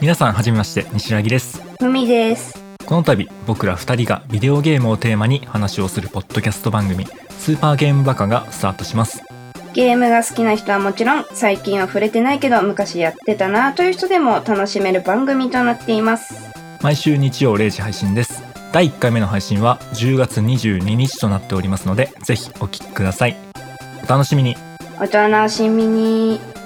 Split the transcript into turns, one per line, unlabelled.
皆さんはじめまして西柳です
ふみです。
この度僕ら2人がビデオゲームをテーマに話をするポッドキャスト番組「スーパーゲームバカ」がスタートします
ゲームが好きな人はもちろん、最近は触れてないけど、昔やってたなという人でも楽しめる番組となっています。
毎週日曜0時配信です第1回目の配信は10月22日となっておりますのでぜひお聴きくださいお楽しみに
お楽しみに。